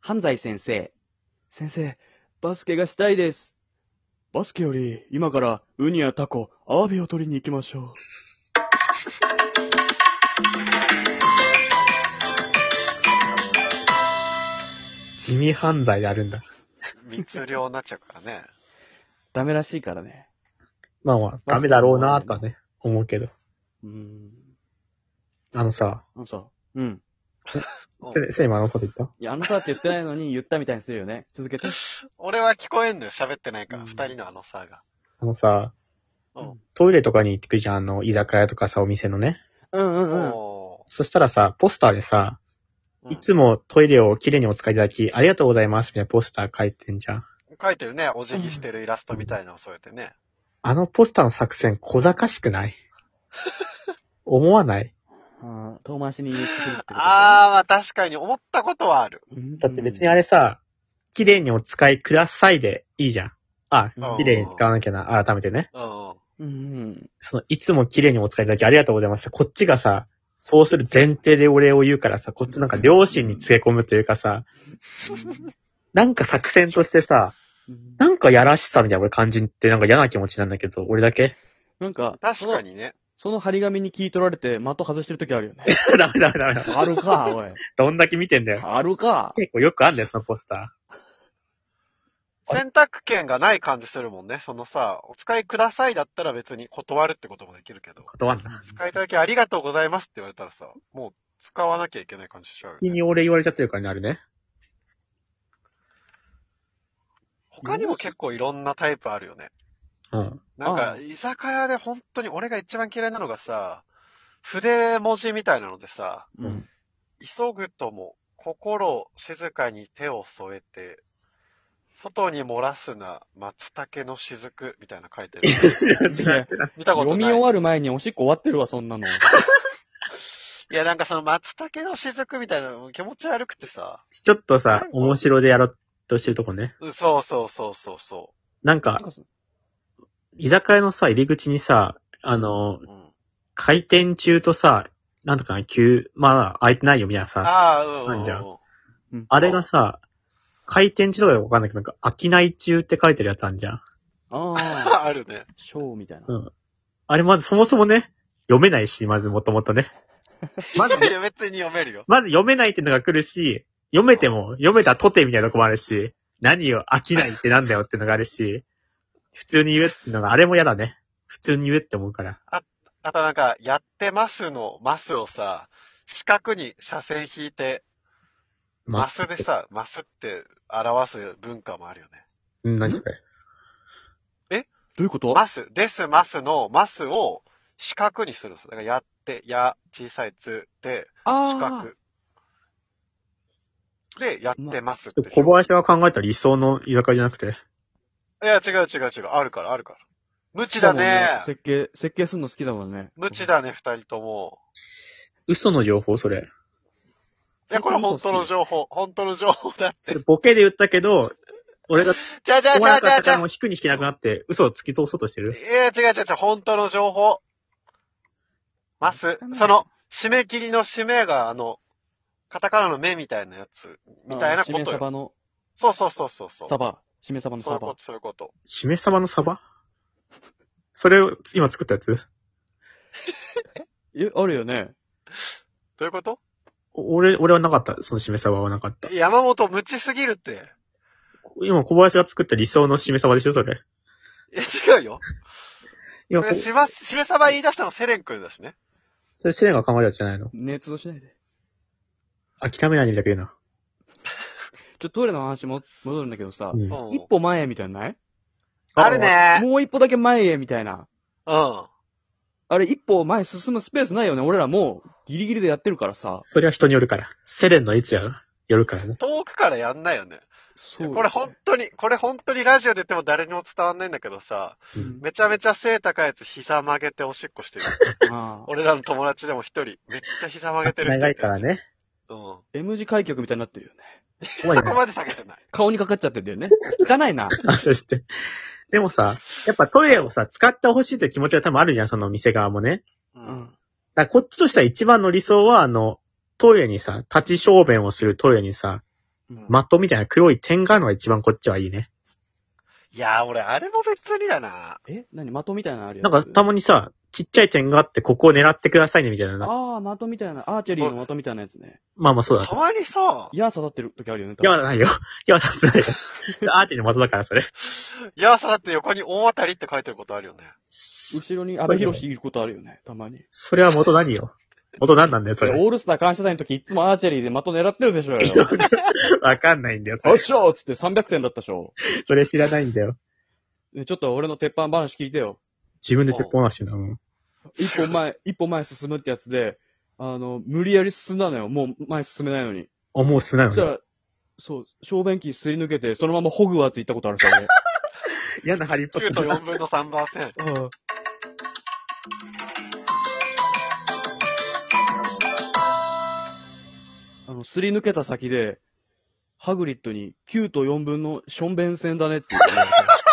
半西先生。先生、バスケがしたいです。バスケより、今から、ウニやタコ、アワビを取りに行きましょ地味犯罪やるんだ。密漁になっちゃうからね。う。ダメらしいからね。まあまあ、ダメだろうなとはね、思うけど。うーん。あのさ、あのさ、うん。せ、せ、今のこと言ったいや、あのさって言ってないのに言ったみたいにするよね。続けて。俺は聞こえんのよ、喋ってないかうら、ん二、人のあのさが。あのさうん、トイレとかに行ってくるじゃん、あの、居酒屋とかさ、お店のね。うんうおそしたらさ、ポスターでさ、ーいつもトイレをきれいにお使いいただき、ありがとうございます、みたいなポスター書いてんじゃん。うん書いてるね、お辞儀してるイラストみたいなのを添えてね。あのポスターの作戦、小賢しくない 思わないうん。遠回しに言ってくるってことあー、まあ確かに思ったことはある。うんだって別にあれさ、綺麗にお使いくださいでいいじゃん。あ、うん綺麗に使わなきゃな、改めてね。うんうん。うんうん。その、いつも綺麗にお使いいただきありがとうございます。こっちがさ、そうする前提でお礼を言うからさ、こっちなんか両親につけ込むというかさ、なんか作戦としてさ、うんなんかやらしさみたいな俺感じってなんか嫌な気持ちなんだけど、俺だけ なんか、確かにね。その、その張り紙に聞い取られて、的外してる時あるよね。ダメダメダメダメ。あるか、おい。どんだけ見てんだよ。あるか。結構よくあんだよ、そのポスタあれ選択権がない感じするもんね。そのさ、お使いくださいだったら別に断るってこともできるけどー。。断んな。使いただきありがとうございますって言われたらさ、もう使わなきゃいけない感じしちゃうよ先ね、に俺言われちゃってるからね、あれね。他にも結構いろんなタイプあるよね。うん。なんああか、居酒屋で本当に俺が一番嫌いなのがさ、筆文字みたいなのでさ、うん。急ぐとも、心を静かに手を添えて、外に漏らすな、松茸の雫みたいなの書い てる。知らん知らん見たこと読ない。み終わる前におしっこ終わってるわ、そんなの。いや、なんかその松茸の雫みたいなの気持ち悪くてさ。 ちょっとさ、面白でやろうとしてるとこね。うんそうそうそうそうそなんなんか、かそ居酒屋のさ、入り口にさ、あの、う。うん、開店中とさ、なんとかな、急、まあ、空いてないよ、みたいなさ。あああ、うんうん、うん。あんじゃんうんれがさ、開店中とかわかんないけど、なんか、飽きない中って書いてるやつあんじゃん。ああ、 あるね。ショーみたいな。うんあれ、まずそもそもね、読めないし、まずもともとね。マ ジで別に読めるよ。まず読めないってのが来るし、読めても、読めたとてみたいなとこもあるし、何よ、飽きないってなんだよってのがあるし、普通に言えってのが、あれも嫌だね。普通に言えって思うから。あとなんか、やってますの、ますをさ、四角に斜線引いて、マスでさ、マスって表す文化もあるよね。うん、何それ。どういうことマス、です、ますの、ますを四角にするんですよ。だから、やって、や、小さいつ、で、四角あ。で、やってますって。小林が考えた理想の居酒屋じゃなくて。いや、違う違う違う。あるから、あるから。無あ知だね。設計、設計するの好きだもんね。無知だね、二人とも。嘘の情報、それ。いや、これ本当の情報。本当の情報だ。それボケで言ったけど、俺がじゃあじゃあ思じわなゃあじかゃっあたじからゃもう引くに引けなくなって、嘘を突き通そうとしてるいや、違う違う違う。本当の情報。ます。その、締め切りの締めが、あの、カタカナの目みたいなやつ。みたいなこあのしとめサよ。バの、そうそうそうそうそう。サバ。しめサバのそういサうこバ。と、そういうこと。しめ鯖の鯖それを今作ったやつえ、あるよね。どういうことお俺、俺はなかった。そのしめ鯖はなかった。山本無知すぎるって。今小林が作った理想のしめ鯖でしょ、それ。いや、違うよ。今、こしま、しめさば言い出したのセレン君だしね。それセレンが考えたやつじゃないの熱動しないで。諦めないでみたいなちょ、トイレの話も戻るんだけどさ言、ううな。ん一歩前へみたいなのないあるね。もう一歩だけ前へみたいな。うん。あれ、一歩前進むスペースないよね。俺らもう、ギリギリでやってるからさ。それは人によるから。セレンの位置やよるからね。遠くからやんないよね。そうよね。これ本当に、これ本当にラジオで言っても誰にも伝わんないんだけどさ、うんめちゃめちゃ背高いやつ膝曲げておしっこしてる。ああ。 俺らの友達でも一人、めっちゃ膝曲げてる人。長いから。ね。うん。こ M 字開脚みたいになってるよね。ここまでこまで下げてない。顔にかかっちゃってるんだよね。汚いな。あ、そして。でもさ、やっぱトイレをさ、使ってほしいという気持ちが多分あるじゃん、その店側もね。うう。ん。だからこっちとしては一番の理想は、あの、トイレにさ、立ち小便をするトイレにさ、うんマットみたいな黒い点があるのが一番こっちはいいね。いやー、俺、あれも別にだな。 え何的みたいなのあるやなつんかたまにさ、ちっちゃい点があってここを狙ってくださいねみたいな。ああ、的みたいな、アーチェリーの的みたいなやつね。まあまあそうだ。たまにさ、矢刺さってる時あるよね。多いや、分まだないよ。 いや、さすがに。アーチェの的だから、それ。いやー、さだって横に大当たりって書いてることあるよね。後ろに安倍博士いることあるよね、たまに。いそれは元何よ。元何なんだよ、そやれ。オールスター感謝祭の時いつもアーチェリーで的狙ってるでしょよ。わかんないんだよ、そおっれ。しょーっつって300点だったでしょ。それ知らないんだよ。ねちょっと俺の鉄板話聞いてよ。自分で鉄砲なしてんだもん。一歩 前、一歩前進むってやつで、あの、無理やり進んだのよ。もう前進めないのに。あ、もう進めなそしいのたねら、そう、小便器すり抜けて、そのままホグワーツ行ったことあるさ、 俺。嫌なハリーポッ9タとー。 4分の3番線。うんあの、すり抜けた先で、ハグリッドに9と4分のションベン戦だねって言ってもらった